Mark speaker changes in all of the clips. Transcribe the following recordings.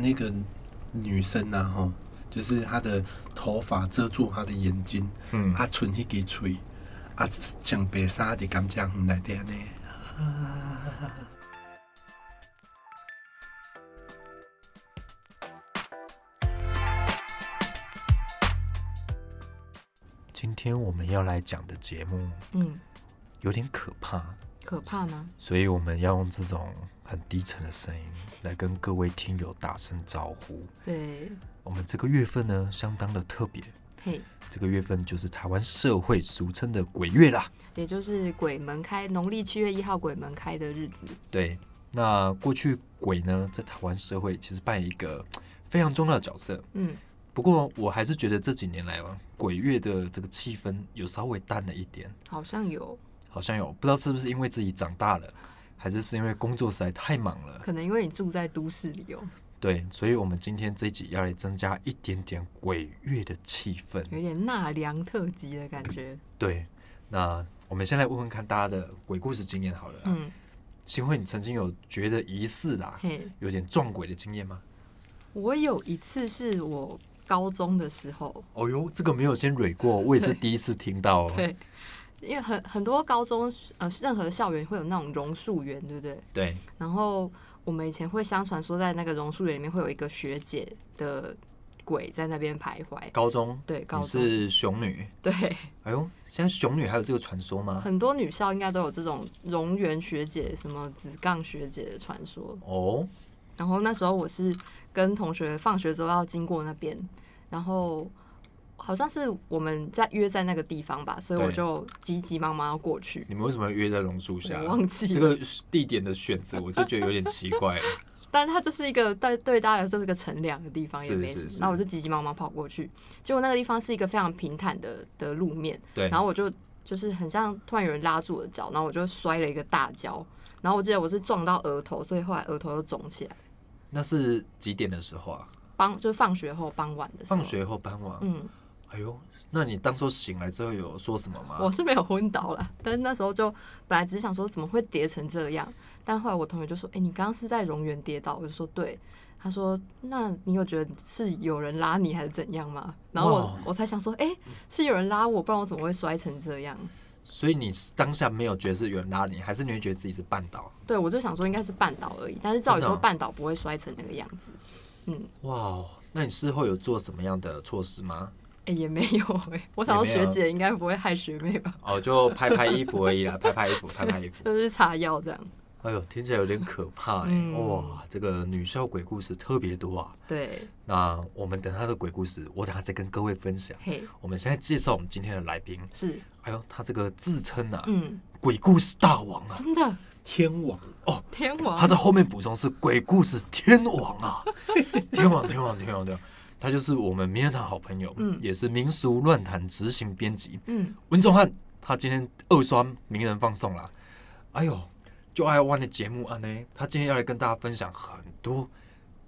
Speaker 1: 那个女生呐、啊，哈，就是她的头发遮住她的眼睛，
Speaker 2: 嗯，
Speaker 1: 啊，剩迄支喙，啊，像白沙伫感觉园内底安尼。
Speaker 2: 今天我们要来讲的节目
Speaker 3: 嗯，
Speaker 2: 有点可怕，
Speaker 3: 可怕吗？
Speaker 2: 所以我们要用这种很低沉的声音来跟各位听友打声招呼。
Speaker 3: 对，
Speaker 2: 我们这个月份呢，相当的特别，
Speaker 3: 嘿，
Speaker 2: 这个月份就是台湾社会俗称的鬼月啦。
Speaker 3: 也就是鬼门开，农历七月一号鬼门开的日子。
Speaker 2: 对，那过去鬼呢，在台湾社会其实扮演一个非常重要的角色。
Speaker 3: 嗯，
Speaker 2: 不过我还是觉得这几年来啊，鬼月的这个气氛有稍微淡了一点，
Speaker 3: 好像有，
Speaker 2: 好像有不知道是不是因为自己长大了，还是是因为工作实在太忙了。
Speaker 3: 可能因为你住在都市里哦，
Speaker 2: 对，所以我们今天这一集要来增加一点点鬼月的气氛。
Speaker 3: 有点纳凉特辑的感觉。
Speaker 2: 对，那我们先来问问看大家的鬼故事经验好了啦。
Speaker 3: 嗯，
Speaker 2: 新辉，你曾经有觉得疑似啦，
Speaker 3: 嘿，
Speaker 2: 有点撞鬼的经验吗？
Speaker 3: 我有一次是我高中的时候，
Speaker 2: 哦哟，这个没有先蕊过，我也是第一次听到哦。
Speaker 3: 对，因为很很多高中呃，任何校园会有那种榕树园，对不对？
Speaker 2: 对
Speaker 3: 然后我们以前会相传说，在那个榕树园里面会有一个学姐的鬼在那边徘徊。
Speaker 2: 高中
Speaker 3: 对，高
Speaker 2: 你
Speaker 3: 中
Speaker 2: 是熊女，
Speaker 3: 对，
Speaker 2: 哎呦，现在熊女还有这个传说吗？
Speaker 3: 很多女校应该都有这种荣源学姐、什么子杠学姐的传说。
Speaker 2: 哦，
Speaker 3: 然后那时候我是跟同学放学之后要经过那边，然后好像是我们在约在那个地方吧，所以
Speaker 2: 对
Speaker 3: 我就急急忙忙要过去。
Speaker 2: 你们为什么要约在榕树下？
Speaker 3: 我忘记了
Speaker 2: 这个地点的选择，我就觉得有点奇 怪了。
Speaker 3: 但它就是一个对对大家来说是个乘凉的地方，也
Speaker 2: 是
Speaker 3: 没什么。
Speaker 2: 是是
Speaker 3: 然后我就急急忙忙跑过去，结果那个地方是一个非常平坦的的路面，
Speaker 2: 对，
Speaker 3: 然后我就就是很像突然有人拉住我的脚，然后我就摔了一个大跤。然后我记得我是撞到额头，所以后来额头又肿起来。
Speaker 2: 那是几点的时候啊？
Speaker 3: 傍就是放学后傍晚的时候。
Speaker 2: 放，学后傍晚。
Speaker 3: 嗯，
Speaker 2: 哎呦，那你当初醒来之后有说什么吗？
Speaker 3: 我是没有昏倒啦，但是那时候就本来只是想说怎么会跌成这样，但后来我同学就说：“哎、你刚刚是在榕园跌倒？”我就说：“对。”他说：“那你有觉得是有人拉你还是怎样吗？”然后
Speaker 2: 哇
Speaker 3: 我我才想说：“哎、是有人拉我，不然我怎么会摔成这样
Speaker 2: 所以你当下没有觉得是有人拉你，还是你会觉得自己是绊倒？？”
Speaker 3: 对，我就想说应该是绊倒而已，但是照理
Speaker 2: 真的
Speaker 3: 说
Speaker 2: 哦
Speaker 3: 绊倒不会摔成那个样子。嗯，
Speaker 2: 哇哦，那你事后有做什么样的措施吗？
Speaker 3: 哎、也没有哎、我想说
Speaker 2: 也没有啊
Speaker 3: 学姐应该不会害学妹吧？
Speaker 2: 哦，就拍拍衣服而已啦，拍拍衣服，拍拍衣服。
Speaker 3: 就是擦药这样。
Speaker 2: 哎呦，听起来有点可怕哎、
Speaker 3: 嗯
Speaker 2: 哇，这个女校鬼故事特别多啊。
Speaker 3: 对，
Speaker 2: 那我们等她的鬼故事，我等下再跟各位分享。
Speaker 3: 嘿，
Speaker 2: 我们现在介绍我们今天的来宾，
Speaker 3: 是，
Speaker 2: 哎呦，他这个自称啊，
Speaker 3: 嗯，
Speaker 2: 鬼故事大王啊，
Speaker 3: 真的
Speaker 1: 天王，
Speaker 3: 天王，
Speaker 2: 他在后面补充是鬼故事天王 啊，天王天王天王天王，他就是我们名人堂好朋友，
Speaker 3: 嗯
Speaker 2: 也是民俗乱谈执行编辑
Speaker 3: 嗯，
Speaker 2: 温仲汉，他今天二刷名人放送啦，哎呦，就爱玩的节目啊呢，他今天要来跟大家分享很多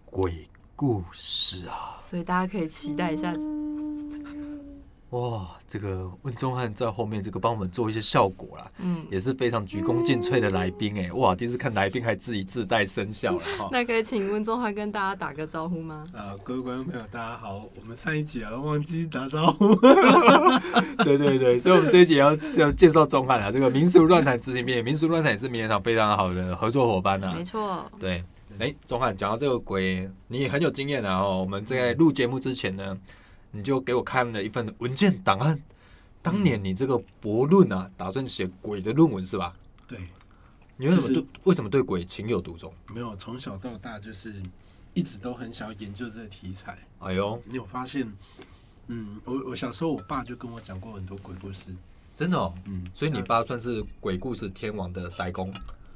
Speaker 2: 鬼故事啊，
Speaker 3: 所以大家可以期待一下。
Speaker 2: 哇，这个温仲汉在后面这个帮我们做一些效果啦。
Speaker 3: 嗯，
Speaker 2: 也是非常鞠躬尽瘁的来宾哎、哇！第一次看来宾还自己自带声效了哈。
Speaker 3: 那可以请温宗翰跟大家打个招呼吗？
Speaker 1: 啊、各位观众朋友，大家好，我们上一集啊忘记打招呼，
Speaker 2: 对对对，所以我们这一集要要介绍钟汉啊，这个民俗乱谈执行面，民俗乱谈也是名人堂非常好的合作伙伴啊
Speaker 3: 没。错，
Speaker 2: 对，哎，钟汉讲到这个鬼，你也很有经验啊哦。我们在录节目之前呢，你就给我看了一份文件档案，当年你这个博论啊，打算写鬼的论文是吧？
Speaker 1: 对，
Speaker 2: 你为什么
Speaker 1: 就是
Speaker 2: 对为什么对鬼情有独钟？
Speaker 1: 没有，从小到大就是一直都很想要研究这个题材。
Speaker 2: 哎呦，
Speaker 1: 你有发现？嗯，我我小时候我爸就跟我讲过很多鬼故事。
Speaker 2: 真的哦。
Speaker 1: 嗯，
Speaker 2: 所以你爸算是鬼故事天王的塞工，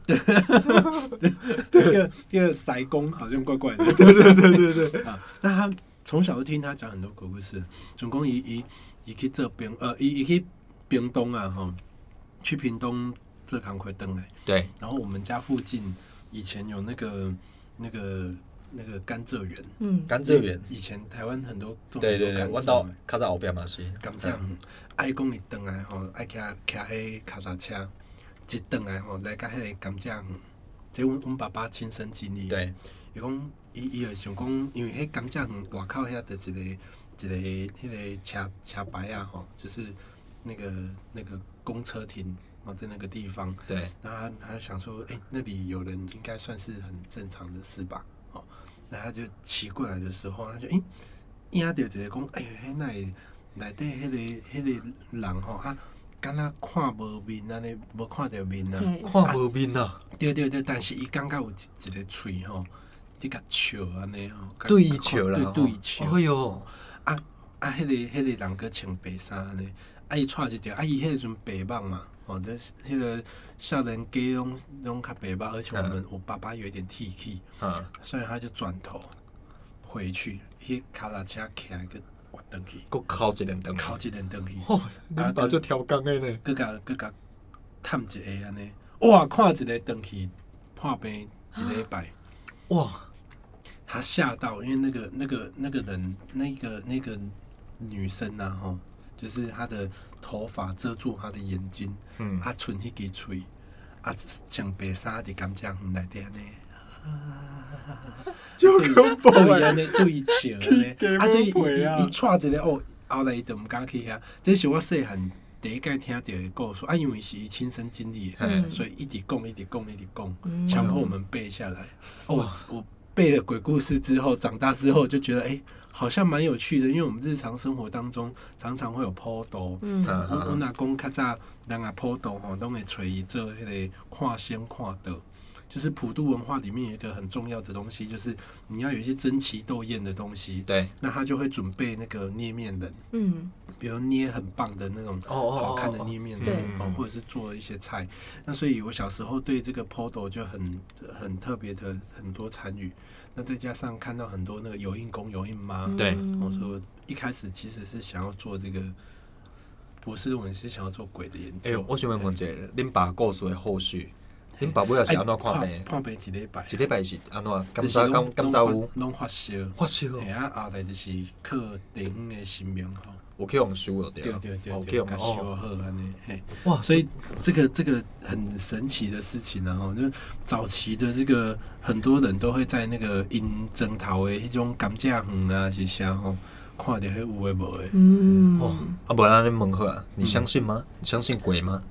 Speaker 1: 那个那个塞工好像怪怪的。对对对对对啊！但他从小就听他讲很多鬼故事，总共一一一去这边呃，一一去屏东啊吼，去屏东这堂课登来。
Speaker 2: 对，
Speaker 1: 然后我们家附近以前有那个那个那个甘蔗园，
Speaker 3: 嗯，
Speaker 2: 甘蔗园，
Speaker 1: 以前台湾很多种
Speaker 2: 对
Speaker 1: 很多
Speaker 2: 对对，
Speaker 1: 甘
Speaker 2: 弯
Speaker 1: 蔗
Speaker 2: 道
Speaker 1: 嘛
Speaker 2: 卡在后边嘛是，
Speaker 1: 甘蔗，爱讲伊转来吼，爱骑骑迄脚踏车，一转来吼来到迄个甘蔗园，这阮阮爸爸亲身经历。
Speaker 2: 对，
Speaker 1: 伊讲伊伊会想讲，因为迄甘蔗园外口遐的一个一个迄个车车牌啊吼，就是那个那个公车停啊，在那个地方，
Speaker 2: 对，
Speaker 1: 那他他想说，哎、那里有人应该算是很正常的事吧？哦，那他就骑过来的时候，他就哎，压到一个讲，哎、欸，迄内内底迄个迄、个人吼啊，敢若看无面安尼，无看着面
Speaker 2: 嗯
Speaker 1: 啊。
Speaker 3: 嘿
Speaker 2: 看无面啊，
Speaker 1: 对对对，但是伊感觉有一一个喙吼，你甲笑安尼吼，甲
Speaker 2: 对伊笑啦，
Speaker 1: 对对伊笑。
Speaker 2: 哎哟，
Speaker 1: 啊啊，迄、个迄、个人个穿白衫安尼，啊伊带一条，啊伊迄阵白目嘛，哦，这迄个少年家拢拢较白目，而且我们、我爸爸有一点脾气，
Speaker 2: 嗯，
Speaker 1: 所以他就转头回去，迄卡拉车起来个滑登去，
Speaker 2: 搁哭一两顿。
Speaker 1: 靠一人登去，
Speaker 2: 哦，你爸就超工的呢，
Speaker 1: 佮甲佮甲探一下安尼，哇，看一个登去破病一礼拜。
Speaker 2: 哇，
Speaker 1: 他吓到，因为那个那个那个人，那个那个女生呐、啊，吼，就是她的头发遮住她的眼睛，
Speaker 2: 嗯，
Speaker 1: 啊，剩迄支喙，啊，穿白衫伫感觉园内底安尼，
Speaker 2: 就 Oh
Speaker 1: 对啊安尼对伊笑安
Speaker 2: 去
Speaker 1: 尼，啊，所以伊
Speaker 2: 鸡毛皮啊
Speaker 1: 伊伊带一个哦，后来伊就毋敢去遐，这是我细汉第一届听到的故事，啊，因为是伊亲身经历的，
Speaker 2: 嗯
Speaker 1: 所以一直讲一直讲一直讲。
Speaker 3: 嗯
Speaker 1: 强迫我们背下来。哦，我我背了鬼故事之后，长大之后就觉得，哎、好像蛮有趣的，因为我们日常生活当中常常会有坡斗。
Speaker 3: 嗯
Speaker 2: 啊
Speaker 1: 阮阮阿公较早人啊坡斗吼，拢会找伊做迄个跨仙跨德。就是普渡文化里面有一个很重要的东西，就是你要有一些争奇斗艳的东西，
Speaker 2: 对，
Speaker 1: 那他就会准备那个捏面人，
Speaker 3: 嗯，
Speaker 1: 比如捏很棒的那种
Speaker 2: 哦哦，嗯
Speaker 1: 好看的捏面
Speaker 3: 对
Speaker 1: 人，哦，或者是做一些菜。那所以我小时候对这个 Podo 就很很特别的很多参与。那再加上看到很多那个有印公有印妈，哦
Speaker 2: 对
Speaker 3: 嗯
Speaker 1: 我说一开始其实是想要做这个博士论文，是想要做鬼的研
Speaker 2: 哎、
Speaker 1: 究。
Speaker 2: 我想问问者，恁爸故事的后续，恁爸尾仔是安怎看病？
Speaker 1: 哎看病一礼拜
Speaker 2: 一，礼拜是安怎？
Speaker 1: 就
Speaker 2: 感
Speaker 1: 是
Speaker 2: 觉
Speaker 1: 拢
Speaker 2: 感感觉
Speaker 1: 拢
Speaker 2: 有
Speaker 1: 发拢发烧。
Speaker 2: 发烧，
Speaker 1: 哎啊，后来就是靠地方的神明吼，
Speaker 2: 有去用收了对
Speaker 1: 对
Speaker 2: 了，
Speaker 1: 对对
Speaker 2: 有去
Speaker 1: 对，
Speaker 2: 用
Speaker 1: 甲
Speaker 2: 哦，
Speaker 1: 烧好安尼嘿。
Speaker 2: 哇，
Speaker 1: 所以这个这个很神奇的事情啊，吼，就是早期的这个很多人都会在那个因征讨的迄种感觉园啊，是啥吼，看着迄有诶无诶。
Speaker 3: 嗯，
Speaker 2: 哦，啊，不然恁问好啊，你相信吗？你相信鬼吗？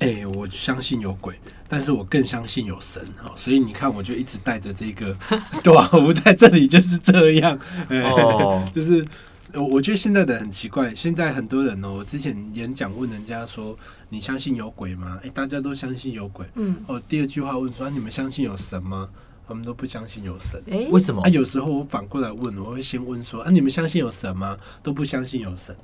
Speaker 1: 诶、欸我相信有鬼，但是我更相信有神哈，所以你看，我就一直带着这个 短胡在这里就是这样，哎
Speaker 2: 哦
Speaker 1: 就是呃我觉得现在的很奇怪，现在很多人哦，我之前演讲问人家说你相信有鬼吗？诶、大家都相信有鬼，
Speaker 3: 嗯，
Speaker 1: 哦，第二句话问说、啊、你们相信有神吗？他们都不相信有神。
Speaker 3: 哎，
Speaker 2: 为什么
Speaker 1: 啊，？有时候我反过来问，我会先问说啊，你们相信有神吗？都不相信有神。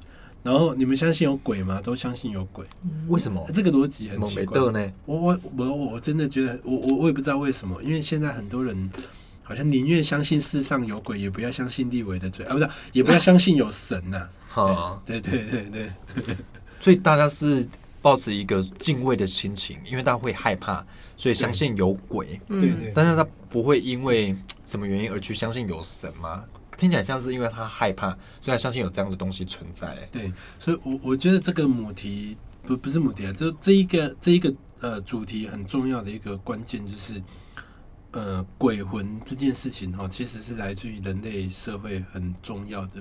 Speaker 1: 然后你们相信有鬼吗？都相信有鬼。
Speaker 2: 为什么
Speaker 1: 啊？这个逻辑很
Speaker 2: 蒙
Speaker 1: 奇
Speaker 2: 北
Speaker 1: 怪。
Speaker 2: 豆呢？
Speaker 1: 我我我我真的觉得，我我我也不知道为什么，因为现在很多人好像宁愿相信世上有鬼，也不要相信立伟的嘴啊，不是，也不要相信有神呐、
Speaker 2: 哈，
Speaker 1: 对对对对，
Speaker 2: 所以大家是抱持一个敬畏的心情，因为大家会害怕，所以相信有鬼，
Speaker 1: 对
Speaker 3: 嗯
Speaker 1: 对
Speaker 2: 但是他不会因为什么原因而去相信有神吗？听起来像是因为他害怕，所以他相信有这样的东西存在、欸
Speaker 1: 对，所以我，我觉得这个母题不不是母题啊，就这一个这一个呃主题很重要的一个关键就是，呃，鬼魂这件事情哈、其实是来自于人类社会很重要的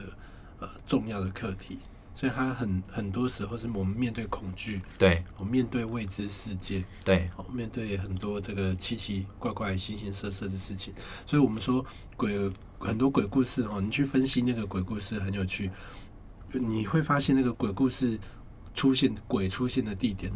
Speaker 1: 呃重要的课题，所以它很很多时候是我们面对恐惧，
Speaker 2: 对
Speaker 1: 我哦们面对未知世界，
Speaker 2: 对，
Speaker 1: 哦，面对很多这个奇奇怪怪、形形色色的事情，所以我们说鬼很多鬼故事哦，你去分析那个鬼故事很有趣，你会发现那个鬼故事出现鬼出现的地点，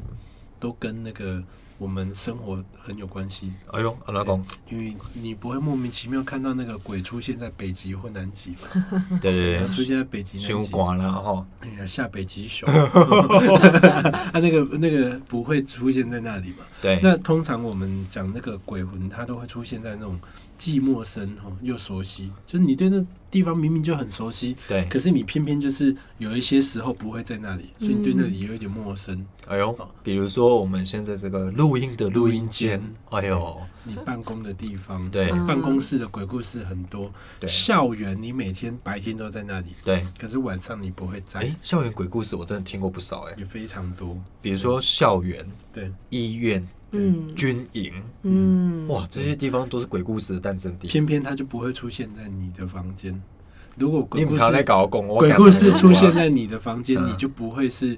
Speaker 1: 都跟那个我们生活很有关系，
Speaker 2: 哎呦，阿拉公，
Speaker 1: 因为你不会莫名其妙看到那个鬼出现在北极或南极嘛，
Speaker 2: 对对
Speaker 1: 出现在北极、南
Speaker 2: 伤
Speaker 1: 极。
Speaker 2: 寒啦吼，
Speaker 1: 哎呀，下北极熊， 啊，那个那个不会出现在那里嘛？
Speaker 2: 对，
Speaker 1: 那通常我们讲那个鬼魂，它都会出现在那种既陌生哦又熟悉，就是你对那地方明明就很熟悉，
Speaker 2: 对，
Speaker 1: 可是你偏偏就是有一些时候不会在那里，所以你对那里也有一点陌生。
Speaker 2: 哎呦，比如说我们现在这个录音的录音间
Speaker 1: 录音，
Speaker 2: 哎呦，
Speaker 1: 你办公的地方，
Speaker 2: 对
Speaker 3: 嗯
Speaker 1: 办公室的鬼故事很多。
Speaker 2: 对
Speaker 1: 校园你每天白天都在那里，
Speaker 2: 对，
Speaker 1: 可是晚上你不会在，
Speaker 2: 哎，校园鬼故事我真的听过不少哎，
Speaker 1: 也非常多。
Speaker 2: 比如说校园、
Speaker 1: 对，
Speaker 2: 医院、
Speaker 3: 嗯
Speaker 2: 军营，
Speaker 3: 嗯，
Speaker 2: 哇，这些地方都是鬼故事的诞生地。
Speaker 1: 偏偏它就不会出现在你的房间。如果
Speaker 2: 你
Speaker 1: 鬼
Speaker 2: 不
Speaker 1: 故
Speaker 2: 要再
Speaker 1: 事
Speaker 2: 搞拱，我
Speaker 1: 鬼
Speaker 2: 感
Speaker 1: 故
Speaker 2: 觉
Speaker 1: 事
Speaker 2: 很
Speaker 1: 出
Speaker 2: 哇
Speaker 1: 现在你的房间，
Speaker 2: 嗯
Speaker 1: 你就不会是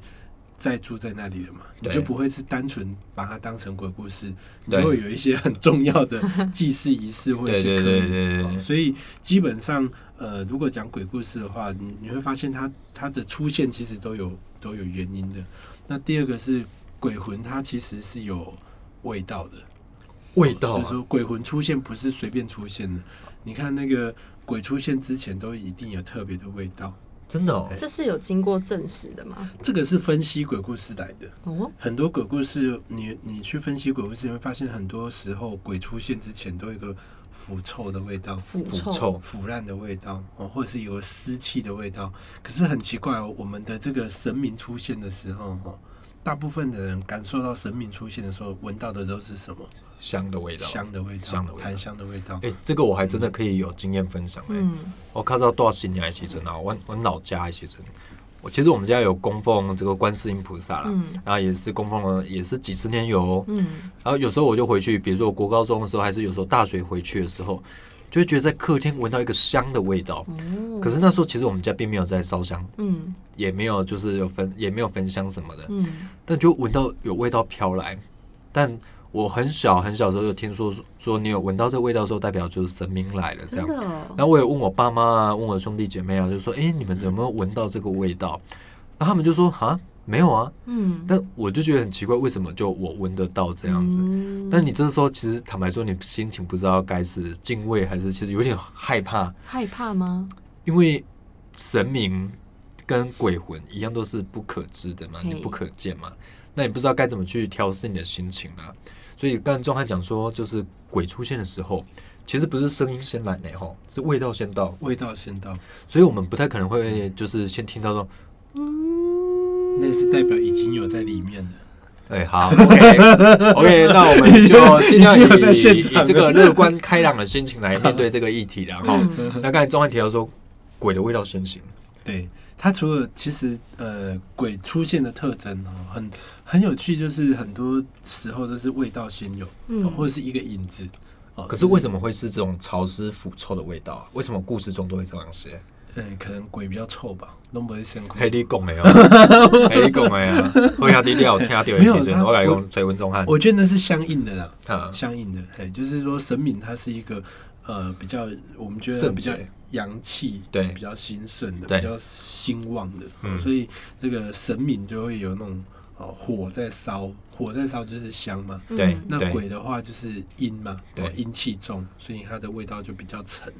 Speaker 1: 在住在那里了嘛？你
Speaker 2: 对
Speaker 1: 就不会是单纯把它当成鬼故事，你
Speaker 2: 对
Speaker 1: 就会有一些很重要的祭祀仪式或一
Speaker 2: 对
Speaker 1: 些
Speaker 2: 对
Speaker 1: 科
Speaker 2: 对对
Speaker 1: 仪。
Speaker 2: 对
Speaker 1: 哦
Speaker 2: 对，
Speaker 1: 所以基本上，呃，如果讲鬼故事的话，你你会发现它它的出现其实都有都有原因的。那第二个是鬼魂，它其实是有味道的。
Speaker 2: 味道
Speaker 1: 就是
Speaker 2: 啊，
Speaker 1: 说鬼魂出现不是随便出现的。你看那个鬼出现之前都一定有特别的味道，
Speaker 2: 真的哦，
Speaker 3: 这是有经过证实的吗？
Speaker 1: 这个是分析鬼故事来的。
Speaker 3: 哦，
Speaker 1: 很多鬼故事，你你去分析鬼故事，你会发现很多时候鬼出现之前都有一个腐臭的味道。
Speaker 3: 腐
Speaker 2: 腐
Speaker 3: 臭，
Speaker 2: 臭，
Speaker 1: 腐烂的味道哦，或者是有个湿气的味道。可是很奇怪哦，我们的这个神明出现的时候，哦，大部分的人感受到神明出现的时候，闻到的都是什么？
Speaker 2: 香的味道，
Speaker 1: 香的味道，
Speaker 2: 香的味道
Speaker 1: 檀香的味道。
Speaker 2: 哎、这个我还真的可以有经验分享哎、
Speaker 3: 嗯
Speaker 2: 我看到多少新年的时阵啊，我我老家的时阵，我其实我们家有供奉这个观世音菩萨啦，
Speaker 3: 嗯
Speaker 2: 然后也是供奉了也是几十年有哦、
Speaker 3: 嗯，
Speaker 2: 然后有时候我就回去，比如说我国高中的时候，还是有时候大学回去的时候，就会觉得在客厅闻到一个香的味道。
Speaker 3: 哦，
Speaker 2: 可是那时候其实我们家并没有在烧香，
Speaker 3: 嗯
Speaker 2: 也没有就是有焚也没有焚香什么的，
Speaker 3: 嗯
Speaker 2: 但就闻到有味道飘来。但我很小很小的时候就听说说你有闻到这味道的时候，代表就是神明来了这
Speaker 3: 真
Speaker 2: 样。
Speaker 3: 的哦，
Speaker 2: 然后我也问我爸妈啊，问我兄弟姐妹啊，就说：“哎、你们有没有闻到这个味道？”然后他们就说：“啊，没有啊。
Speaker 3: 嗯”，
Speaker 2: 但我就觉得很奇怪，为什么就我闻得到这样子？
Speaker 3: 嗯
Speaker 2: 但你这时候其实坦白说，你心情不知道该是敬畏还是其实有点害怕，
Speaker 3: 害怕吗？
Speaker 2: 因为神明跟鬼魂一样都是不可知的嘛，
Speaker 3: 嘿
Speaker 2: 你不可见嘛，那你不知道该怎么去调试你的心情啦、所以刚才钟汉讲说，就是鬼出现的时候，其实不是声音先来呢，吼，是味道先到，
Speaker 1: 味道先到，
Speaker 2: 所以我们不太可能会就是先听到说，
Speaker 1: 那是代表已经有在里面了。
Speaker 2: 哎，好，OK，OK，、那我们就尽量以
Speaker 1: 已经有在现
Speaker 2: 以
Speaker 1: 场了
Speaker 2: 这个乐观开朗的心情来面对这个议题然后
Speaker 3: 嗯
Speaker 2: 那刚才钟汉提到说，鬼的味道先行，
Speaker 1: 对，它除了其实呃鬼出现的特征哦，很很有趣，就是很多时候都是味道先有，哦或
Speaker 3: 嗯
Speaker 1: 者是一个影子。哦
Speaker 2: 可是为什么会是这种潮湿腐臭的味道啊？为什么故事中都会这样写？
Speaker 1: 嗯、可能鬼比较臭吧，弄不会辛苦。
Speaker 2: 黑你讲的哦， 黑你讲的啊，我下底了 听到的
Speaker 1: 没有
Speaker 2: 时阵，
Speaker 1: 他
Speaker 2: 我来用追文钟汉，
Speaker 1: 我觉得那是相应的啦，
Speaker 2: 啊，
Speaker 1: 相应的，嘿，就是说神明它是一个呃比较我们觉得
Speaker 2: 圣
Speaker 1: 比较
Speaker 2: 洁
Speaker 1: 阳气，
Speaker 2: 对
Speaker 1: 比较兴盛的，
Speaker 2: 对
Speaker 1: 比较兴旺的，
Speaker 2: 嗯
Speaker 1: 所以这个神明就会有那种哦火在烧，火在烧就是香嘛，
Speaker 2: 对
Speaker 3: 嗯
Speaker 1: 那鬼的话就是阴嘛，
Speaker 2: 对
Speaker 1: 哦阴气重，所以它的味道就比较沉，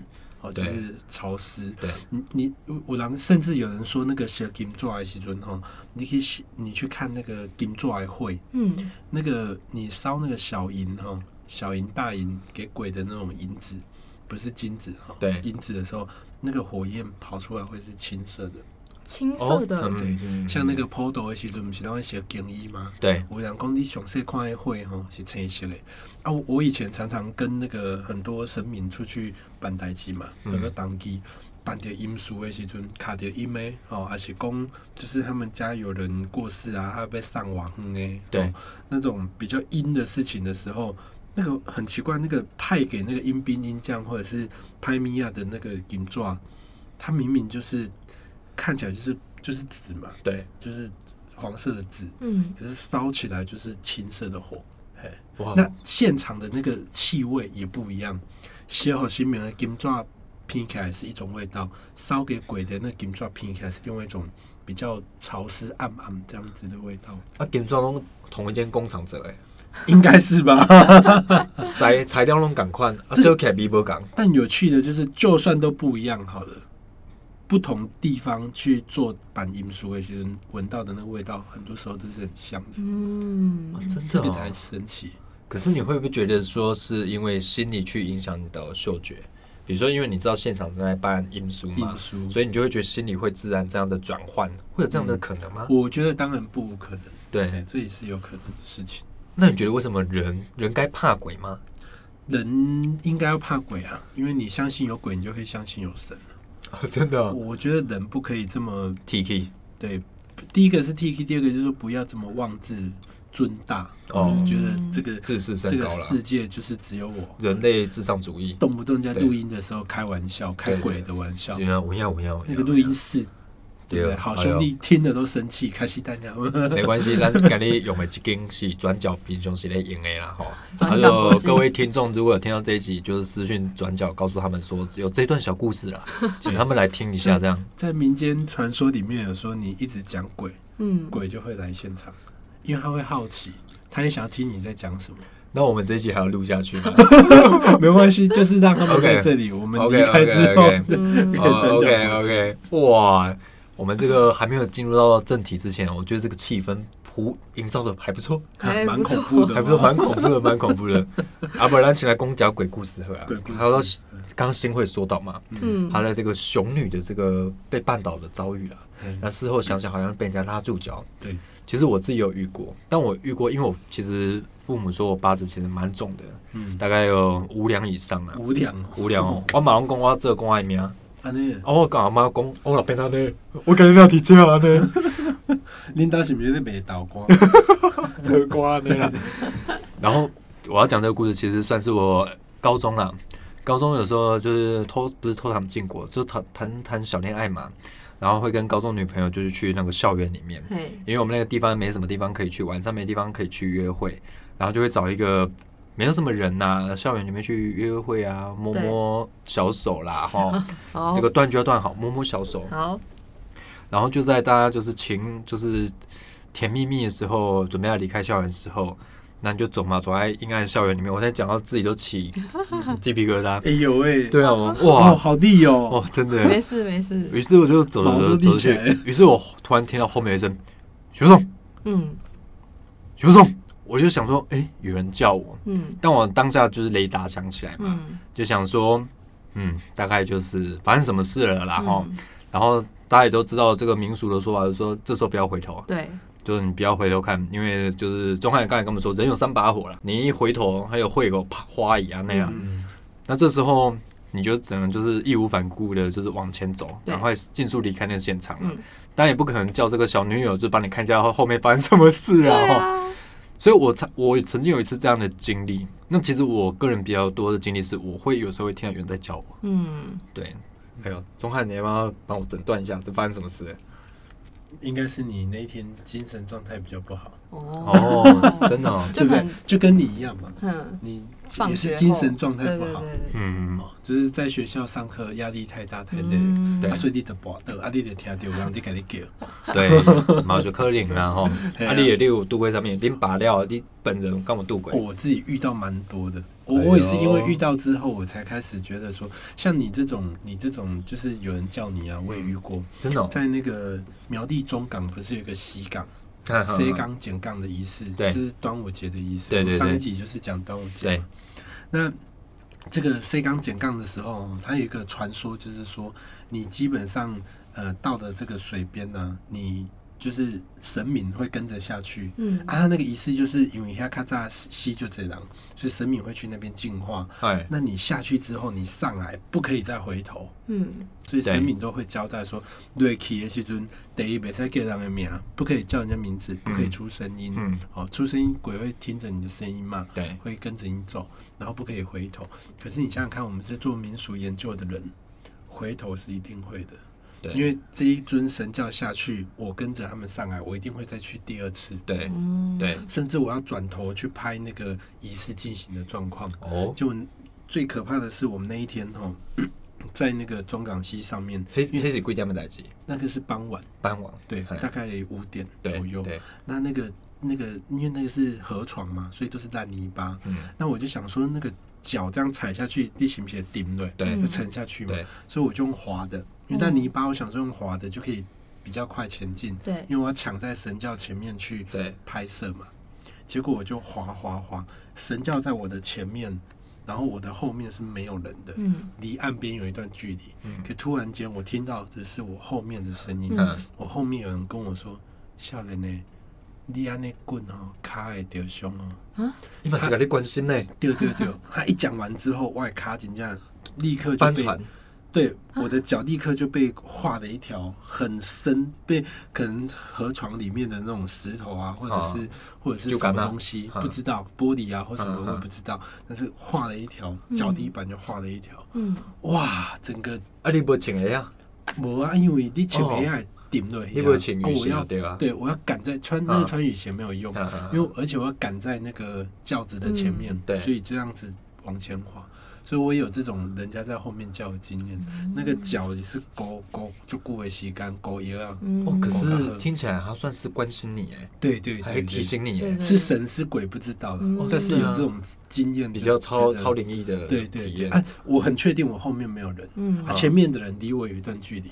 Speaker 1: 哦，就
Speaker 2: 对
Speaker 1: 是潮湿。
Speaker 2: 对，
Speaker 1: 你你五郎甚至有人说那个写金座的时阵哈，你可以写你去看那个金座的会，
Speaker 3: 嗯
Speaker 1: 那个你烧那个小银哈，小银大银给鬼的那种银子，不是金子哈，
Speaker 2: 对
Speaker 1: 银子的时候，那个火焰跑出来会是青色的，
Speaker 3: 青色的，
Speaker 2: 嗯嗯
Speaker 1: 像那个普渡的时阵，不是都会写金衣吗？
Speaker 2: 对，
Speaker 1: 我想讲你上细看的会吼是青色的啊！我我以前常常跟那个很多神明出去办代志嘛，
Speaker 2: 嗯
Speaker 1: 有个当机办着阴俗的时阵，卡着阴的吼，还是讲就是他们家有人过世啊，他被上亡呢，
Speaker 2: 对
Speaker 1: 哦那种比较阴的事情的时候。那个很奇怪，那个派给那个阴兵阴将或者是拍米亚的那个银爪，它明明就是看起来就是就是纸嘛，
Speaker 2: 对，
Speaker 1: 就是黄色的纸，
Speaker 3: 嗯
Speaker 1: 可是烧起来就是青色的火。嘿，
Speaker 2: 哇，
Speaker 1: 那现场的那个气味也不一样。写好新名的金纸拼起来是一种味道，烧给鬼的那金纸拼起来是另外一种比较潮湿、暗暗这样子的味道，
Speaker 2: 啊，金砖拢同一间工厂做诶，
Speaker 1: 应该是吧？
Speaker 2: 材 材料拢赶快，啊，这个味无共，
Speaker 1: 但有趣的就是，就算都不一样好了，不同地方去做版音书的时候，闻到的那个味道，很多时候都是很像的，
Speaker 2: 啊
Speaker 3: 嗯，
Speaker 2: 真的
Speaker 1: 这个才
Speaker 2: 哦。
Speaker 1: 神奇。
Speaker 2: 可是你会不会觉得说是因为心理去影响你的嗅觉？比如说，因为你知道现场正在办音书嘛
Speaker 1: 印，书，
Speaker 2: 所以你就会觉得心里会自然这样的转换，会有这样的可能吗？
Speaker 1: 我觉得当然不无可能，
Speaker 2: 对
Speaker 1: 哎，，这也是有可能的事情。
Speaker 2: 那你觉得为什么人人该怕鬼吗？
Speaker 1: 人应该要怕鬼啊，因为你相信有鬼，你就会相信有神。 啊
Speaker 2: 真的啊
Speaker 1: 我觉得人不可以这么
Speaker 2: ，T K
Speaker 1: 对，第一个是 T K，第二个就是说不要这么妄自尊大。
Speaker 2: 哦
Speaker 1: 我觉得这个
Speaker 2: 自视
Speaker 1: 这
Speaker 2: 甚
Speaker 1: 个
Speaker 2: 高
Speaker 1: 世
Speaker 2: 了，
Speaker 1: 界就是只有我，
Speaker 2: 人类至上主义，
Speaker 1: 动不动在
Speaker 2: 对
Speaker 1: 录音的时候开玩笑，开
Speaker 2: 对对
Speaker 1: 鬼的玩笑
Speaker 2: 就。像我要我要我
Speaker 1: 那
Speaker 2: 要
Speaker 1: 个，录音室，对不对？
Speaker 2: 对哎
Speaker 1: 好兄弟听了都生气，开始大家
Speaker 2: 没关系，咱今日用的一间是转角贫穷系列用的啦吼。
Speaker 3: 转
Speaker 2: 还
Speaker 3: 角
Speaker 2: 有
Speaker 3: 国际
Speaker 2: 各位听众，如果有听到这一集，就是私讯转角告诉他们说有这段小故事 啦，请他们来听一下，这 样
Speaker 1: 在民间传说里面有说，你一直讲鬼，
Speaker 3: 嗯，
Speaker 1: 鬼就会来现场，因为他会好奇，他也想要听你在讲什么。
Speaker 2: 那我们这一集还要录下去 吗
Speaker 1: 没关系，就是让他们在
Speaker 2: OK
Speaker 1: 这里，我们离
Speaker 2: OK，
Speaker 1: 开之后
Speaker 2: OK，OK
Speaker 1: 就
Speaker 3: 嗯
Speaker 1: 可以转
Speaker 2: 哦？OK
Speaker 1: 角国际。
Speaker 2: OK，哇，我们这个还没有进入到正题之前，我觉得这个气氛铺营造的还不错，
Speaker 1: 还
Speaker 3: 还
Speaker 1: 蛮
Speaker 3: 不
Speaker 1: 恐
Speaker 3: 错
Speaker 1: 怖的，
Speaker 2: 还不错，蛮恐怖的，蛮恐怖的。 啊，不然咱请来公讲鬼故事好啊
Speaker 1: 鬼故。事
Speaker 2: 还有到刚刚新会说到嘛，
Speaker 3: 嗯
Speaker 2: 他的这个熊女的这个被绊倒的遭遇啦啊
Speaker 1: 嗯，
Speaker 2: 那事后想想好像被人家拉住脚。
Speaker 1: 对，
Speaker 2: 其实我自己有遇过，但我遇过，因为我其实父母说我八字其实蛮重的，
Speaker 1: 嗯，
Speaker 2: 大概有五两以上啦。啊
Speaker 1: 无良哦，
Speaker 2: 五两哦，我马上讲我这讲爱命，啊，
Speaker 1: 安尼，
Speaker 2: 我跟阿妈讲，我老变安尼，我感觉要提车安尼，
Speaker 1: 恁倒是毋是咧卖豆 干？
Speaker 2: 这瓜安尼啦。然后我要讲这个故事，其实算是我高中啦，高中有时候就是偷，不是偷他们禁果，就是谈谈谈小恋爱嘛，然后会跟高中女朋友就是去那个校园里面，
Speaker 3: 嘿，
Speaker 2: 因为我们那个地方没什么地方可以去，晚上没地方可以去约会，然后就会找一个没有什么人呐、校园里面去约会啊，摸摸小手啦，哈，
Speaker 3: 好，
Speaker 2: 这个断就要断好，摸摸小手，
Speaker 3: 好，
Speaker 2: 然后就在大家就是情就是甜蜜蜜的时候，准备要离开校园的时候，那你就走嘛，走在阴暗校园里面，我现在讲到自己 都起鸡皮疙瘩，
Speaker 1: 哎呦喂，
Speaker 2: 对啊，我
Speaker 1: 哦，
Speaker 2: 哇
Speaker 1: 好利哦，
Speaker 2: 哦，真的，
Speaker 3: 没事没事，
Speaker 2: 于是我就走
Speaker 1: 毛
Speaker 2: 了
Speaker 1: 都
Speaker 2: 走
Speaker 1: 立
Speaker 2: 着
Speaker 1: 起来
Speaker 2: 去，于是我突然听到后面一声学生。
Speaker 3: 嗯
Speaker 2: 学生，我就想说，哎、有人叫我，
Speaker 3: 嗯
Speaker 2: 但我当下就是雷达响起来嘛，
Speaker 1: 啊
Speaker 3: 嗯，
Speaker 2: 就想说，嗯，大概就是发生什么事了啦，哈、
Speaker 3: 嗯
Speaker 2: 然后大家也都知道这个民俗的说法，就是说这时候不要回头，啊
Speaker 3: 对，就
Speaker 2: 就
Speaker 3: 是
Speaker 2: 是你不要回头看，因为就是钟汉刚才跟我们说，人有三把火了，你一回头，还有会有啪花一样那样，
Speaker 1: 嗯，
Speaker 2: 那这时候你就只能就是义无反顾的，就是往前走，
Speaker 3: 对
Speaker 2: 赶快尽速离开那个现场了
Speaker 3: 嗯。
Speaker 2: 当然也不可能叫这个小女友就帮你看一下后面发生什么事
Speaker 3: 对
Speaker 2: 啊，哈、
Speaker 3: 啊，
Speaker 2: 所以我曾我曾经有一次这样的经历。那其实我个人比较多的经历是，我会有时候会听到有人在叫我。
Speaker 3: 嗯，
Speaker 2: 对，还有钟汉，你要不要帮我诊断一下这发生什么事？
Speaker 1: 应该是你那一天精神状态比较不好，
Speaker 3: 哦，
Speaker 2: 哦，真的、哦，
Speaker 3: 就
Speaker 1: 对不对
Speaker 3: 很？
Speaker 1: 就跟你一样嘛，
Speaker 3: 嗯，
Speaker 1: 你
Speaker 3: 放
Speaker 1: 也
Speaker 3: 学
Speaker 1: 是
Speaker 3: 后
Speaker 1: 精神状态不好
Speaker 3: 对，对对对
Speaker 2: 嗯，
Speaker 1: 哦，就是在学校上课压力太大太累。
Speaker 3: 嗯
Speaker 2: 对
Speaker 1: 啊，所以你得跋倒，啊，你得听到，人你给你叫，
Speaker 2: 对，毛就柯林啦吼，
Speaker 1: 嘿啊
Speaker 2: 啊你也有渡过上面，你拔料，你本人跟我渡过，
Speaker 1: 哦我自己遇到蛮多的，我
Speaker 2: 哎呦
Speaker 1: 我也是因为遇到之后，我才开始觉得说，像你这种，你这种就是有人叫你啊，我也遇过，
Speaker 2: 真的、哦，
Speaker 1: 在那个苗栗中港不是有一个西港，
Speaker 2: 看
Speaker 1: 塞，缸减杠的仪式，
Speaker 2: 嗯对
Speaker 1: 就是端午节的仪式。
Speaker 2: 对对
Speaker 1: 我
Speaker 2: 对
Speaker 1: 上一集就是讲端午节
Speaker 2: 对
Speaker 1: 嘛。那这个塞缸减杠的时候，它有一个传说，就是说你基本上呃到的这个水边呢、你就是神明会跟着下去。
Speaker 3: 嗯
Speaker 1: 啊，它那个仪式就是因为它咔嚓西就这样，所以神明会去那边净化。
Speaker 2: 哎，
Speaker 1: 那你下去之后，你上来不可以再回头，
Speaker 3: 嗯
Speaker 1: 所以
Speaker 2: 对
Speaker 1: 神明都会交代说，瑞奇的时阵，第一袂使叫人的名，不可以叫人家名字，不可以出声音。
Speaker 2: 嗯，
Speaker 1: 哦，出声音鬼会听着你的声音嘛，
Speaker 2: 对，
Speaker 1: 会跟着你走，然后不可以回头。可是你想想看，我们是做民俗研究的人，回头是一定会的，
Speaker 2: 对，
Speaker 1: 因为这一尊神教下去，我跟着他们上来，我一定会再去第二次，
Speaker 2: 对
Speaker 3: 嗯，
Speaker 2: 对，
Speaker 1: 甚至我要转头去拍那个仪式进行的状况。
Speaker 2: 哦，
Speaker 1: 就最可怕的是，我们那一天哦， 在那个中港溪上面，
Speaker 2: 黑黑是贵点么代志，
Speaker 1: 那个是傍晚，
Speaker 2: 搬完，
Speaker 1: 对，
Speaker 2: 哎
Speaker 1: 大概五点
Speaker 2: 对
Speaker 1: 左右。
Speaker 2: 对，
Speaker 1: 那那个那个，因为那个是河床嘛，所以都是烂泥巴。
Speaker 2: 嗯，
Speaker 1: 那我就想说，那个脚这样踩下去，你行不行？顶对，
Speaker 2: 对
Speaker 1: 就沉下去嘛
Speaker 2: 嗯对。嗯
Speaker 1: 所以我就用滑的，因为烂泥巴，我想说用滑的就可以比较快前进，
Speaker 3: 对，
Speaker 1: 因为我要抢在神教前面去
Speaker 2: 对，
Speaker 1: 拍摄嘛。结果我就滑滑滑，神教在我的前面，然后我的后面是没有人的，
Speaker 3: 嗯
Speaker 1: 离岸边有一段距离。
Speaker 2: 嗯
Speaker 1: 可突然间，我听到的是我后面的声音，
Speaker 2: 嗯
Speaker 1: 我后面有人跟我说：“少年呢，你安尼滚哦，卡会着伤哦。
Speaker 2: 伊嘛是甲你关心呢，”
Speaker 1: 对对对，他一讲完之后，我的卡紧这样立刻就
Speaker 2: 帆
Speaker 1: 被
Speaker 2: 船，
Speaker 1: 对，我的脚立刻就被划了一条很深，被可能河床里面的那种石头啊，或者是、或者是
Speaker 2: 就
Speaker 1: 什
Speaker 2: 感
Speaker 1: 么
Speaker 2: 到
Speaker 1: 东西，
Speaker 2: 嗯
Speaker 1: 不知道玻璃啊或什么，
Speaker 2: 嗯嗯
Speaker 1: 我也不知道，但是划了一条，
Speaker 3: 嗯
Speaker 1: 脚底板就划了一条，
Speaker 3: 嗯，
Speaker 1: 哇，整个
Speaker 2: 啊你无穿鞋啊，
Speaker 1: 无啊，因为你穿鞋还顶落去啊，
Speaker 2: 你无穿雨
Speaker 1: 啊我
Speaker 2: 鞋
Speaker 1: 要
Speaker 2: 对吧？
Speaker 1: 对我要赶在穿那个
Speaker 2: 嗯
Speaker 1: 穿雨鞋没有用，
Speaker 2: 啊，嗯
Speaker 1: 因为而且我要赶在那个轿子的前面，
Speaker 2: 对
Speaker 1: 所以这样子往前滑，所以我有这种人家在后面叫的经验，那个脚也是勾勾就顾为吸干勾一样，
Speaker 3: 嗯
Speaker 2: 哦，可
Speaker 1: 嗯
Speaker 2: 是听起来他算是关心你哎，
Speaker 1: 对对
Speaker 2: 还
Speaker 1: 对
Speaker 2: 提
Speaker 1: 对，
Speaker 2: 醒你
Speaker 3: 对
Speaker 2: 哎，
Speaker 3: 对
Speaker 1: 是神是鬼不知道的，
Speaker 3: 嗯
Speaker 1: 但是有这种经验
Speaker 2: 比较
Speaker 1: 就
Speaker 2: 超
Speaker 1: 觉得
Speaker 2: 超灵异的
Speaker 1: 对对
Speaker 2: 体
Speaker 1: 对，
Speaker 2: 验。
Speaker 1: 啊，我很确定我后面没有人，
Speaker 3: 嗯
Speaker 1: 啊，前面的人离我有一段距离，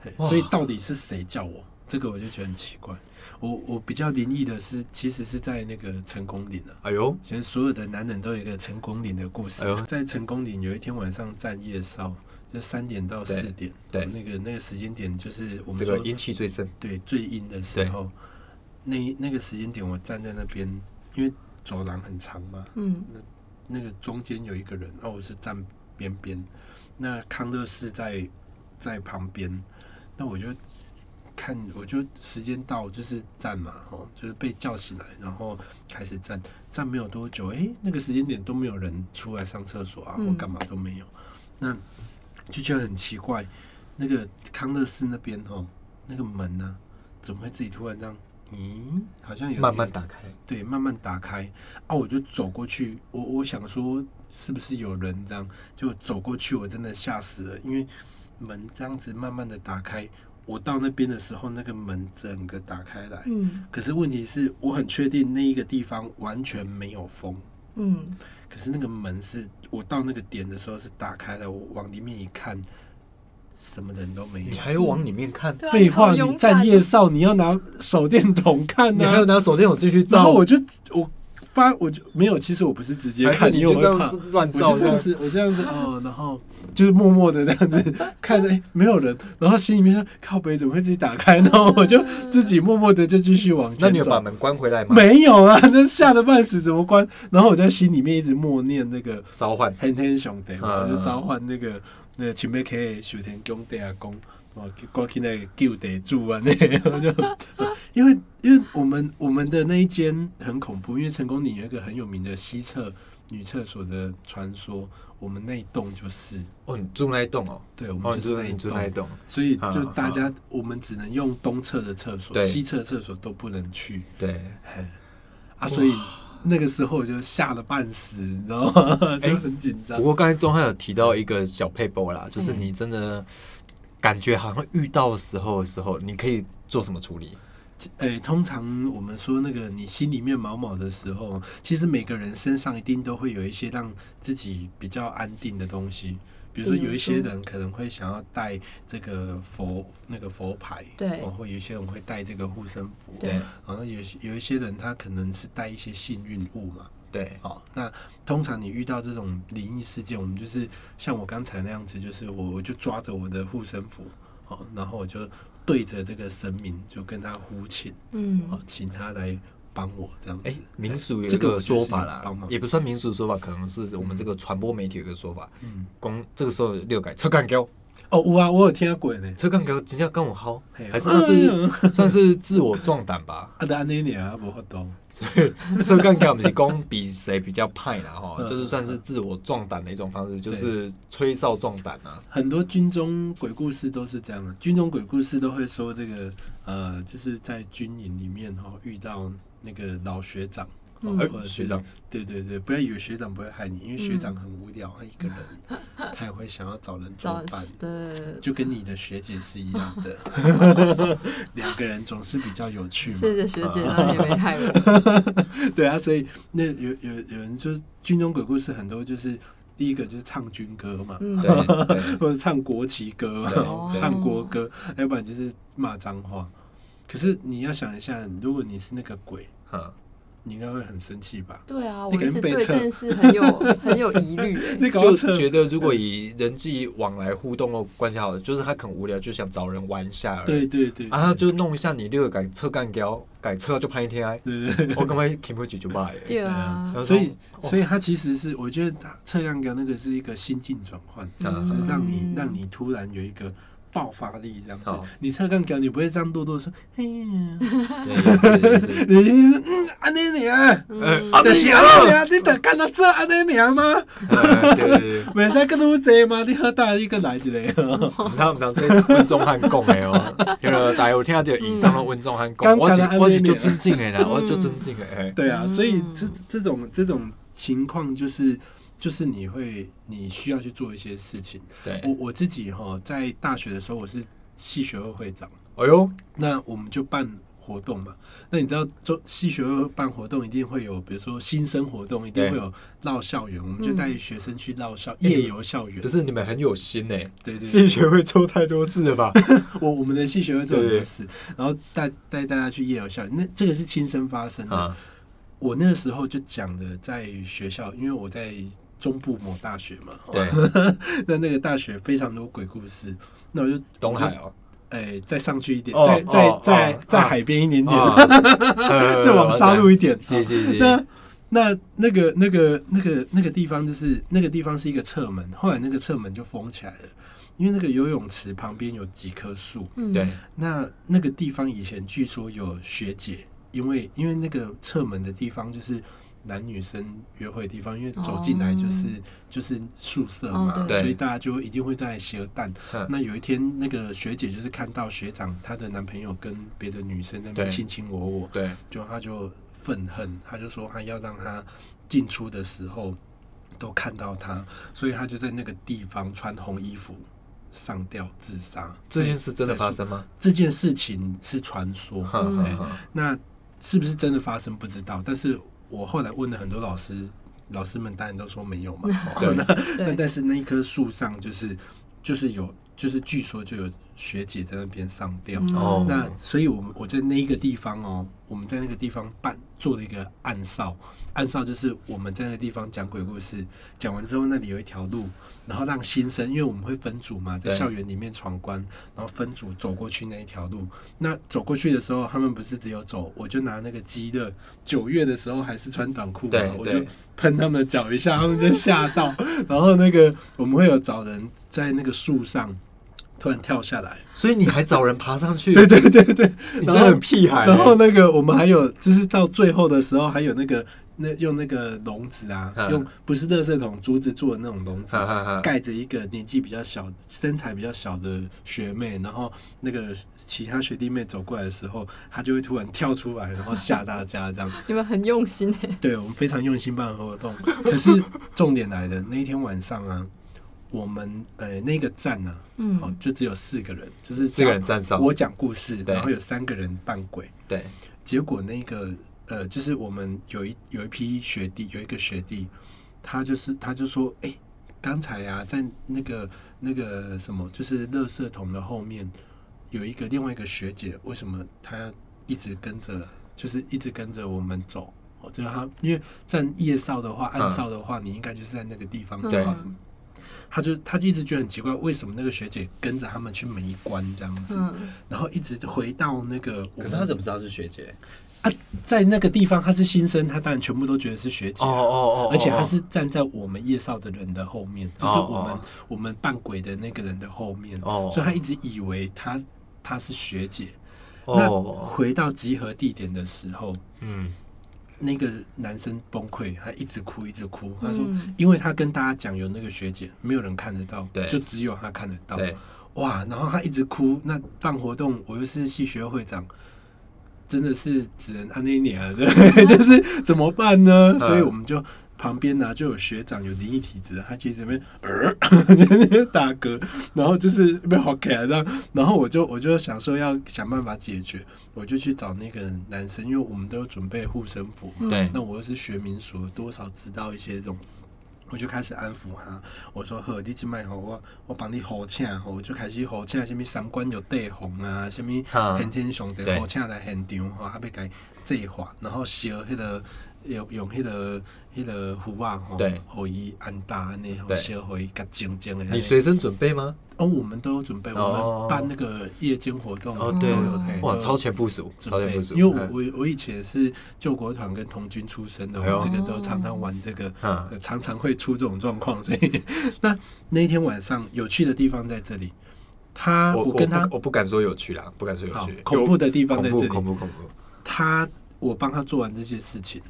Speaker 1: 嘿
Speaker 2: 哇
Speaker 1: 所以到底是谁叫我？这个我就觉得很奇怪。我我比较灵异的是，其实是在那个成功岭啊。
Speaker 2: 哎呦，
Speaker 1: 其实所有的男人都有一个成功岭的故事。
Speaker 2: 哎呦
Speaker 1: 在成功岭有一天晚上站夜哨，就三点到四点，哦
Speaker 2: 对对
Speaker 1: 那个那个时间点就是我们
Speaker 2: 这
Speaker 1: 说
Speaker 2: 个阴气最深，
Speaker 1: 对最阴的时候，那那个时间点我站在那边，因为走廊很长嘛，
Speaker 3: 嗯
Speaker 1: 那个中间有一个人，哦，我是站边边，那康乐是在在旁边，那我就看，我就时间到就是站嘛，哦，就是被叫醒来，然后开始站，站没有多久，诶，那个时间点都没有人出来上厕所啊，
Speaker 3: 嗯
Speaker 1: 或干嘛都没有，那就觉得很奇怪，那个康乐寺那边哦，那个门呢、怎么会自己突然这样？咦，好像有
Speaker 2: 慢慢打开，
Speaker 1: 对，慢慢打开啊，我就走过去，我我想说是不是有人这样，就走过去，我真的吓死了，因为门这样子慢慢的打开，我到那边的时候，那个门整个打开来，
Speaker 3: 嗯
Speaker 1: 可是问题是我很确定那一个地方完全没有风，
Speaker 3: 嗯
Speaker 1: 可是那个门是我到那个点的时候是打开了，我往里面一看，什么人都没有
Speaker 2: 你。还要往里面看，
Speaker 3: 对啊
Speaker 1: 废话，
Speaker 3: 你好勇
Speaker 1: 你站
Speaker 3: 敢
Speaker 1: 夜哨，你要拿手电筒看啊
Speaker 2: 你
Speaker 1: 呢、
Speaker 2: 还要拿手电筒继续
Speaker 1: 然
Speaker 2: 照
Speaker 1: 后，我就我发我就没有，其实我不是直接
Speaker 2: 还是
Speaker 1: 看，
Speaker 2: 你
Speaker 1: 因为
Speaker 2: 就
Speaker 1: 我
Speaker 2: 这
Speaker 1: 会怕
Speaker 2: 样子。乱
Speaker 1: 我就
Speaker 2: 照
Speaker 1: 这样子，我这样子哦，然后就是默默的这样 子看着、哎没有人，然后心里面说靠北怎么会自己打开？ 然后我就自己默默的就继续往
Speaker 2: 那你
Speaker 1: 前
Speaker 2: 有把
Speaker 1: 走。
Speaker 2: 门关回来吗？
Speaker 1: 没有啊，那吓得半死，怎么关？然后我在心里面一直默念那个
Speaker 2: 召唤，
Speaker 1: 天天兄弟嘛，
Speaker 2: 嗯
Speaker 1: 就召唤那个那个前辈客修天公地啊公，哦，过去那个救地主啊， 那个我就因为因为我们我们的那一间很恐怖，因为成功岭有一个很有名的西侧女厕所的传说，我们那一栋就是，
Speaker 2: 哦，你住那一栋哦，
Speaker 1: 对，我们
Speaker 2: 哦，
Speaker 1: 就
Speaker 2: 你
Speaker 1: 是
Speaker 2: 住
Speaker 1: 那一
Speaker 2: 你住
Speaker 1: 栋，
Speaker 2: 那一栋，
Speaker 1: 所以就大家我们只能用东侧的厕所，
Speaker 2: 对
Speaker 1: 西侧厕所都不能去。
Speaker 2: 对，
Speaker 1: 嘿啊，所以那个时候我就吓得半死，你知道吗？ 就很紧张
Speaker 2: 不。过刚才钟汉有提到一个小配波啦，就是你真的感觉好像遇到的时候的时候，你可以做什么处理？
Speaker 1: 诶、呃通常我们说那个你心里面毛毛的时候，其实每个人身上一定都会有一些让自己比较安定的东西。比如说，
Speaker 3: 比如
Speaker 1: 有一些
Speaker 3: 说
Speaker 1: 人可能会想要带这个佛那个佛牌，
Speaker 3: 对
Speaker 1: 哦，或有一些人会带这个护身符，
Speaker 3: 对
Speaker 1: 然后有有一些人他可能是带一些幸运物嘛，
Speaker 2: 对，
Speaker 1: 哦，那通常你遇到这种灵异事件，我们就是像我刚才那样子，就是我我就抓着我的护身符，哦，然后我就对着这个神明就跟他呼请，哦
Speaker 3: 嗯，
Speaker 1: 请他来帮我这样子。
Speaker 2: 哎，民俗有
Speaker 1: 这
Speaker 2: 一
Speaker 1: 个我
Speaker 2: 个
Speaker 1: 就是
Speaker 2: 说法
Speaker 1: 有
Speaker 2: 啦
Speaker 1: 帮，忙
Speaker 2: 也不算民俗说法，可能是我们这个传播媒体有一个说法，
Speaker 1: 嗯，
Speaker 2: 公这个时候六改车干胶，
Speaker 1: 哦，有啊，我有听过呢，
Speaker 2: 车干胶人家跟我薅
Speaker 1: 嘿，
Speaker 2: 还是那
Speaker 1: 哎
Speaker 2: 是算是自我壮 胆吧？
Speaker 1: 啊，安尼尔啊，无法度。
Speaker 2: 车干胶我们是公比谁比较派啦哈，
Speaker 1: 嗯
Speaker 2: 就是算是自我壮胆的一种方式，就是吹哨壮胆啊，
Speaker 1: 很多军中鬼故事都是这样的，啊军中鬼故事都会说这个，呃，就是在军营里面哈、哦、遇到那个老学长，哦
Speaker 3: 嗯
Speaker 1: 或
Speaker 2: 哎，
Speaker 1: 者是
Speaker 2: 学长，
Speaker 1: 对对对，不要以为学长不会害你，因为学长很无聊，哎他一个人， 他也会想要找人作
Speaker 3: 找
Speaker 1: 伴，
Speaker 3: 的
Speaker 1: 就跟你的学姐是一样的， 两个人总是比较有趣嘛。
Speaker 3: 谢谢学
Speaker 1: 啊
Speaker 3: 姐，那你没害我。
Speaker 1: 对啊，所以那有有有人就是军中鬼故事很多，就是第一个就是唱军歌嘛，
Speaker 3: 嗯，哦
Speaker 2: 对对。
Speaker 1: 或者唱国旗歌
Speaker 2: 对
Speaker 1: 嘛，
Speaker 2: 对
Speaker 1: 唱国歌，要不然 就是骂脏话。可是你要想一下，如果你是那个鬼，
Speaker 2: 嗯
Speaker 1: 你应该会很生气吧？
Speaker 3: 对啊，我
Speaker 1: 你可
Speaker 3: 一
Speaker 1: 能
Speaker 3: 直
Speaker 1: 被
Speaker 3: 对
Speaker 1: 撤
Speaker 3: 这件事很有很有 疑虑、欸。
Speaker 1: 那个
Speaker 2: 就
Speaker 1: 车
Speaker 2: 觉得如果以人际往来互动的关系好了，就是他很无聊，就想找人玩一下而已。
Speaker 1: 对对对，
Speaker 2: 啊，他就弄一下你六个改车干胶，改车就拍一天，
Speaker 1: 对对对
Speaker 2: 我干嘛 keep 不住就卖。
Speaker 3: 对啊，
Speaker 1: 所以
Speaker 2: 哦
Speaker 1: 所以它其实是我觉得它测量表那个是一个心境转换，
Speaker 2: 嗯
Speaker 1: 就是让你
Speaker 3: 嗯
Speaker 1: 让你突然有一个爆发力这样子
Speaker 2: 好。
Speaker 1: 你测量表你不会这样弱弱说，嘿，你
Speaker 2: 对也是 也是
Speaker 1: 一定是嗯安尼尔。
Speaker 2: 呃
Speaker 1: 啊，
Speaker 2: 啊
Speaker 1: 就是安尼尔，你得干到这安尼尔吗？
Speaker 2: 呃对对对，
Speaker 1: 袂使更多济吗？你喝大一个来一个，
Speaker 2: 他们常在温众汉讲的哦，因为大家有听到以上的温众汉讲，
Speaker 1: 嗯
Speaker 2: 我是
Speaker 1: 刚刚
Speaker 2: 我是
Speaker 1: 安慰你
Speaker 2: 就尊敬的啦，
Speaker 3: 嗯
Speaker 2: 我就尊敬的。哎
Speaker 1: 对啊，
Speaker 3: 嗯
Speaker 1: 所以这这种这种情况就是就是你会你需要去做一些事情。
Speaker 2: 对，
Speaker 1: 我我自己哈，在大学的时候我是系学会会长，
Speaker 2: 哎呦，
Speaker 1: 那我们就办活动嘛。那你知道，做系学会办活动一定会有，比如说新生活动一定
Speaker 2: 对
Speaker 1: 会有绕校园，我们就带学生去绕校、
Speaker 2: 嗯
Speaker 1: 夜游校园。
Speaker 2: 不是你们很有心哎，
Speaker 1: 对对
Speaker 2: 自
Speaker 1: 对，
Speaker 2: 己学会做太多事了吧？
Speaker 1: 我我们的系学会做很多事，然后带带大家去夜游校园，那这个是亲身发生的。
Speaker 2: 啊，
Speaker 1: 我那个时候就讲的，在学校，因为我在中部某大学嘛，
Speaker 2: 对，
Speaker 1: 那那个大学非常多鬼故事，那我就
Speaker 2: 东海哦，
Speaker 1: 哎、再上去一点，
Speaker 2: 哦
Speaker 1: 再再、
Speaker 2: 哦
Speaker 1: 再、
Speaker 2: 哦
Speaker 1: 再
Speaker 2: 啊
Speaker 1: 海边一点点，
Speaker 2: 啊
Speaker 1: 再往杀戮一点。
Speaker 2: 谢谢谢谢，
Speaker 1: 那那那个那个那个那个地方就是那个地方是一个侧门，后来那个侧门就封起来了，因为那个游泳池旁边有几棵树，
Speaker 3: 嗯
Speaker 2: 对，
Speaker 1: 那那个地方以前据说有学姐，因为因为那个侧门的地方就是男女生约会的地方，因为走进来就是、就是宿舍嘛，
Speaker 3: 哦
Speaker 2: 对
Speaker 1: 所以大家就一定会在携蛋
Speaker 2: 嗯。
Speaker 1: 那有一天，那个学姐就是看到学长她的男朋友跟别的女生在那边
Speaker 2: 对
Speaker 1: 卿卿我我，
Speaker 2: 对，
Speaker 1: 就她就愤恨，她就说她要让他进出的时候都看到他，所以她就在那个地方穿红衣服上吊自杀。
Speaker 2: 这件
Speaker 1: 在
Speaker 2: 事真的
Speaker 1: 在宿
Speaker 2: 发生吗？
Speaker 1: 这件事情是传说，
Speaker 2: 哈哈哈
Speaker 1: 那是不是真的发生不知道。但是我后来问了很多老师，老师们当然都说没有嘛。
Speaker 2: 对
Speaker 1: 哦那那
Speaker 3: 对，
Speaker 1: 但是那一棵树上就是就是有就是据说就有学姐在那边上吊。
Speaker 3: 嗯
Speaker 2: 哦
Speaker 1: 那所以我们我在那一个地方哦，我们在那个地方办做了一个暗哨，暗哨就是我们在那个地方讲鬼故事，讲完之后那里有一条路，然后让新生，因为我们会分组嘛，在
Speaker 2: 对
Speaker 1: 校园里面闯关，然后分组走过去那一条路。那走过去的时候，他们不是只有走，我就拿那个鸡的，九月的时候还是穿短裤嘛
Speaker 2: 对，
Speaker 1: 啊我
Speaker 2: 对
Speaker 1: 就喷他们的脚一下，他们就吓到。 然后那个我们会有找人在那个树上突然跳下来，
Speaker 2: 所以你还找人爬上去？
Speaker 1: 对对对对。
Speaker 2: 你真的很屁孩欸。
Speaker 1: 然后那个我们还有就是到最后的时候，还有那个那用那个笼子啊，
Speaker 2: 嗯
Speaker 1: 用不是垃圾桶竹子做的那种笼子
Speaker 2: 哈，哈哈，
Speaker 1: 盖着一个年纪比较小、身材比较小的学妹，然后那个其他学弟妹走过来的时候，她就会突然跳出来，然后吓大家这样。
Speaker 3: 你们很用心哎、
Speaker 1: 对我们非常用心办活动，可是重点来了，那一天晚上啊，我们呃那个站呢、啊，哦
Speaker 3: 嗯，
Speaker 1: 就只有四个人，就是
Speaker 2: 四个人站上，
Speaker 1: 我讲故事，
Speaker 2: 对
Speaker 1: 然后有三个人扮鬼。
Speaker 2: 对，
Speaker 1: 结果那个呃，就是我们有一有一批学弟，有一个学弟，他就是他就说，哎、刚才啊，在那个那个什么，就是垃圾桶的后面有一个另外一个学姐，为什么她一直跟着，就是一直跟着我们走？哦，就是她，因为站夜哨的话，
Speaker 2: 嗯
Speaker 1: 暗哨的话，你应该就是在那个地方
Speaker 3: 嗯
Speaker 2: 对
Speaker 1: 他就他就一直觉得很奇怪，为什么那个学姐跟着他们去每一关这样子，
Speaker 3: 嗯，
Speaker 1: 然后一直回到那个我们。
Speaker 2: 可是他怎么知道是学姐？
Speaker 1: 啊在那个地方他是新生，他当然全部都觉得是学姐，
Speaker 2: 哦
Speaker 1: 而且他是站在我们夜少的人的后面，就是我们、
Speaker 2: 哦
Speaker 1: 我们扮鬼的那个人的后面，
Speaker 2: 哦
Speaker 1: 所以他一直以为他他是学姐。那
Speaker 2: 哦，
Speaker 1: 回到集合地点的时候，
Speaker 2: 嗯，
Speaker 1: 那个男生崩溃，他一直哭，一直哭。他说，
Speaker 3: 嗯
Speaker 1: 因为他跟大家讲有那个学姐，没有人看得到，
Speaker 2: 对
Speaker 1: 就只有他看得到。
Speaker 2: 对，
Speaker 1: 哇，然后他一直哭。那办活动，我又是系学会长，真的是只能按那一年了，啊对， 就是怎么办呢？
Speaker 2: 嗯
Speaker 1: 所以我们就旁边呢、就有学长有灵异体质，他就一直在那边呃 就是打嗝，然后就是被吼起来这样。然后我就我就想说要想办法解决，我就去找那个男生，因为我们都有准备护身符嘛。
Speaker 2: 对
Speaker 1: 那我又是学民俗，多少知道一些这种我就开始安抚他，我说：“好，你即摆吼，我我帮你好请吼，我就开始好请什物三观有地红啊，什物
Speaker 2: 哈
Speaker 1: 天天上帝
Speaker 2: 对
Speaker 1: 好请来现场吼，还要甲伊祭化，然后烧迄、个用用迄、个迄、个符啊吼
Speaker 2: 对，
Speaker 1: 互伊安搭安尼，吼
Speaker 2: 对
Speaker 1: 烧互伊甲静静的。
Speaker 2: 你随身准备吗？
Speaker 1: 哦，我们都有准备，我
Speaker 2: 哦
Speaker 1: 们办那个夜间活动
Speaker 2: 哦，
Speaker 1: 都
Speaker 2: 对
Speaker 1: 有嘿，
Speaker 2: 哇，
Speaker 1: 都
Speaker 2: 超前部署，超
Speaker 1: 准
Speaker 2: 前
Speaker 1: 备
Speaker 2: 部署。
Speaker 1: 因为我
Speaker 2: 嗯
Speaker 1: 我我以前是救国团跟童军出身的，我
Speaker 2: 哎呦
Speaker 1: 们这个都常常玩这个，
Speaker 2: 嗯
Speaker 1: 呃常常会出这种状况，所以那那一天晚上有趣的地方在这里，他
Speaker 2: 我
Speaker 1: 我跟
Speaker 2: 不
Speaker 1: 他
Speaker 2: 我不敢说有趣啦，不敢说有
Speaker 1: 好
Speaker 2: 趣，
Speaker 1: 恐怖的地方在
Speaker 2: 恐怖
Speaker 1: 这
Speaker 2: 恐
Speaker 1: 里，
Speaker 2: 怖恐怖，
Speaker 1: 他我帮他做完这些事情，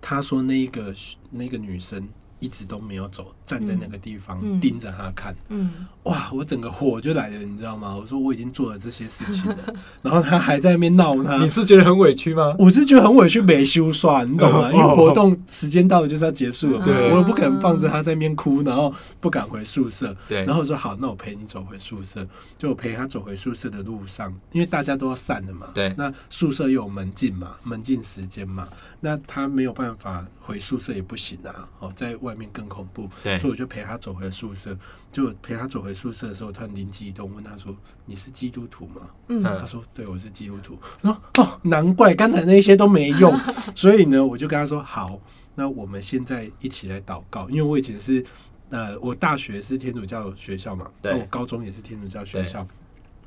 Speaker 1: 他说那一个那个女生一直都没有走，站在那个地方、
Speaker 3: 嗯
Speaker 1: 盯着他看。
Speaker 3: 嗯，
Speaker 1: 哇，我整个火就来了，你知道吗？我说我已经做了这些事情 了，然后他还在那边闹他，
Speaker 2: 你是觉得很委屈吗？
Speaker 1: 我是觉得很委屈，没修算，你懂 吗？
Speaker 2: 哦
Speaker 1: 因为活动时间到了就是要结束了，
Speaker 2: 对
Speaker 1: 我也不可能放着他在那边哭，然后不敢回宿舍。
Speaker 2: 对
Speaker 1: 然后我说好，那我陪你走回宿舍。就我陪他走回宿舍的路上，因为大家都要散了嘛。
Speaker 2: 对
Speaker 1: 那宿舍又有门禁嘛，门禁时间嘛，那他没有办法回宿舍也不行啊。哦，在外面更恐怖，
Speaker 2: 对
Speaker 1: 所以我就陪他走回宿舍。就我陪他走回宿舍的时候，我突然灵机一动，问他说：“你是基督徒吗？”
Speaker 3: 嗯
Speaker 1: 他说：“对，我是基督徒。”我说：“哦，难怪刚才那些都没 用。”所以呢，我就跟他说：“好，那我们现在一起来祷告，因为我以前是呃，我大学是天主教学校嘛，
Speaker 2: 对
Speaker 1: 那我高中也是天主教学校。”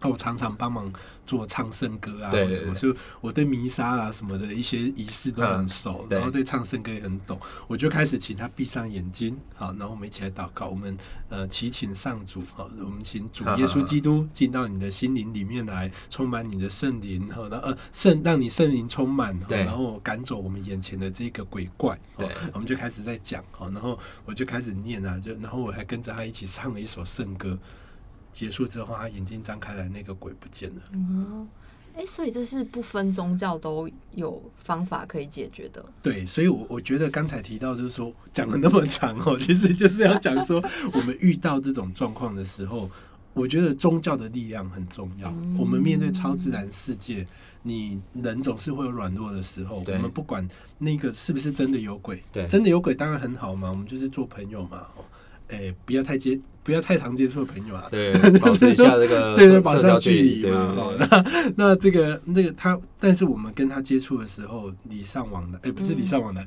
Speaker 1: 那我常常帮忙做唱圣歌啊，
Speaker 2: 对
Speaker 1: 或什么，
Speaker 2: 对对嗯
Speaker 1: 所以我对弥撒啊什么的一些仪式都很熟，
Speaker 2: 对
Speaker 1: 然后对唱圣歌也很懂。我就开始请他闭上眼睛，好，然后我们一起来祷告，我们呃祈请上主，好，我们请主
Speaker 2: 嗯
Speaker 1: 耶稣基督进到你的心灵里面来，充满你的圣灵，好，然后呃圣让你圣灵充满，好
Speaker 2: 对
Speaker 1: 然后赶走我们眼前的这个鬼怪，好
Speaker 2: 对
Speaker 1: 我们就开始在讲，好，然后我就开始念啊，就然后我还跟着他一起唱了一首圣歌。结束之后，他眼睛张开来，那个鬼不见了。
Speaker 3: 嗯，哎、所以这是不分宗教都有方法可以解决的。
Speaker 1: 对，所以我，我觉得刚才提到就是说，讲了那么长哦，其实就是要讲说，我们遇到这种状况的时候，我觉得宗教的力量很重要。
Speaker 3: 嗯
Speaker 1: 我们面对超自然世界，你人总是会有软弱的时候。我
Speaker 2: 对
Speaker 1: 们不管那个是不是真的有鬼，
Speaker 2: 对
Speaker 1: 真的有鬼当然很好嘛，我们就是做朋友嘛。哦，哎，不要太接，不要太常接触的朋友啊。
Speaker 2: 对，保持一下这个
Speaker 1: 对对，
Speaker 2: 社
Speaker 1: 保
Speaker 2: 社
Speaker 1: 持
Speaker 2: 交
Speaker 1: 距
Speaker 2: 离，
Speaker 1: 离
Speaker 2: 对
Speaker 1: 嘛。
Speaker 2: 对
Speaker 1: 哦，
Speaker 2: 对，
Speaker 1: 那那这个这个他，但是我们跟他接触的时候，礼尚往来，哎、不是
Speaker 3: 嗯
Speaker 1: 礼尚往来，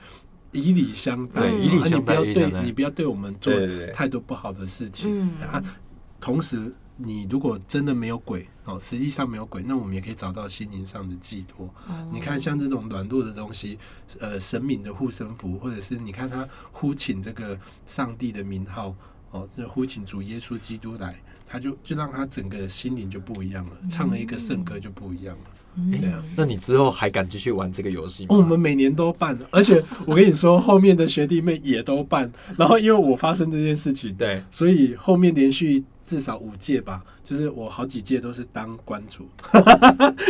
Speaker 1: 以礼相待，
Speaker 3: 对以礼
Speaker 1: 啊
Speaker 2: 相待以
Speaker 1: 你
Speaker 2: 礼
Speaker 1: 不要对
Speaker 2: 相待
Speaker 1: 你不要对我们做
Speaker 2: 对对对
Speaker 1: 太多不好的事情、
Speaker 3: 嗯
Speaker 1: 啊。同时，你如果真的没有鬼哦，实际上没有鬼，那我们也可以找到心灵上的寄托。
Speaker 3: 哦
Speaker 1: 你看，像这种软弱的东西，呃，神明的护身符，或者是你看他呼请这个上帝的名号，哦，那呼请主耶稣基督来，他就就让他整个心灵就不一样了，唱了一个圣歌就不一样了。
Speaker 3: 嗯
Speaker 1: 对啊
Speaker 2: 那你之后还敢继续玩这个游戏吗？
Speaker 1: 哦我们每年都办，而且我跟你说，后面的学弟妹也都办。然后因为我发生这件事情，
Speaker 2: 对
Speaker 1: 所以后面连续至少五届吧，就是我好几届都是当关主，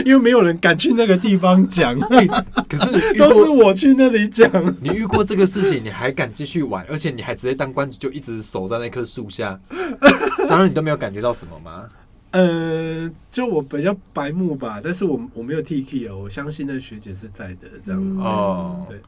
Speaker 1: 因为没有人敢去那个地方讲，
Speaker 2: 可是你 遇
Speaker 1: 都是
Speaker 2: 过
Speaker 1: 我去那里讲。
Speaker 2: 你遇过这个事情，你还敢继续玩，而且你还直接当关主，就一直守在那棵树下， 当然你都没有感觉到什么吗？
Speaker 1: 呃，就我比较白目吧，但是我我没有 T K 哦，我相信那学姐是在的这样子。
Speaker 3: 嗯
Speaker 2: 哦，
Speaker 1: 对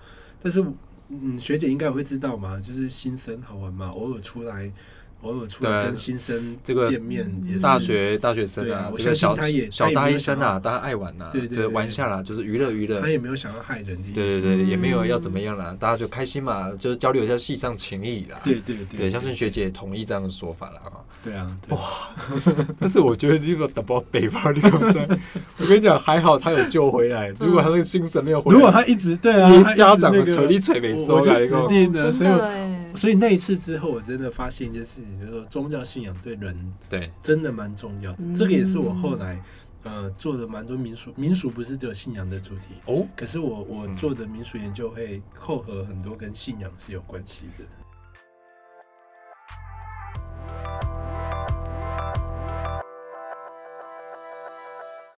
Speaker 1: 但是嗯，学姐应该会知道嘛，就是新生好玩嘛，偶尔出来，偶尔出来
Speaker 2: 对啊
Speaker 1: 跟新生
Speaker 2: 这个
Speaker 1: 见面也是
Speaker 2: 大。学大学生
Speaker 1: 对
Speaker 2: 啊
Speaker 1: 啊，我
Speaker 2: 这个
Speaker 1: 相
Speaker 2: 小
Speaker 1: 信他也
Speaker 2: 小
Speaker 1: 他也没
Speaker 2: 大
Speaker 1: 有
Speaker 2: 一生
Speaker 1: 想
Speaker 2: 啊，
Speaker 1: 要
Speaker 2: 大家爱玩呐，
Speaker 1: 对对对
Speaker 2: 玩一下啦，就是娱乐娱乐
Speaker 1: 他。也没有想要害人的意思。
Speaker 2: 对对对，也没有要
Speaker 3: 嗯
Speaker 2: 怎么样啦，大家就开心嘛，就是交流一下戏上情谊啦。
Speaker 1: 对对对
Speaker 2: 对，相信学姐同意这样的说法 啦。哈
Speaker 1: 对啊，对
Speaker 2: 但是我觉得那个打包北方那个在，我跟你讲，还好他有救回来。如果他那个精神没有回来，
Speaker 1: 如果他一直对啊，
Speaker 2: 连
Speaker 1: 他一直
Speaker 2: 家长
Speaker 1: 那
Speaker 2: 的
Speaker 1: 个
Speaker 2: 捶你捶没
Speaker 1: 我
Speaker 2: 收啊
Speaker 1: 我就
Speaker 2: 来，你
Speaker 1: 死
Speaker 2: 讲
Speaker 1: 定了。所以
Speaker 3: 真的
Speaker 1: 我，
Speaker 3: 哎，
Speaker 1: 所以那一次之后，我真的发现一件事情，就是说宗教信仰对人
Speaker 2: 对
Speaker 1: 真的蛮重要的。
Speaker 3: 嗯
Speaker 1: 这个也是我后来呃做的蛮多民俗，民俗不是只有信仰的主题，
Speaker 2: 哦，
Speaker 1: 可是我我
Speaker 2: 嗯
Speaker 1: 做的民俗研究会扣合很多跟信仰是有关系的。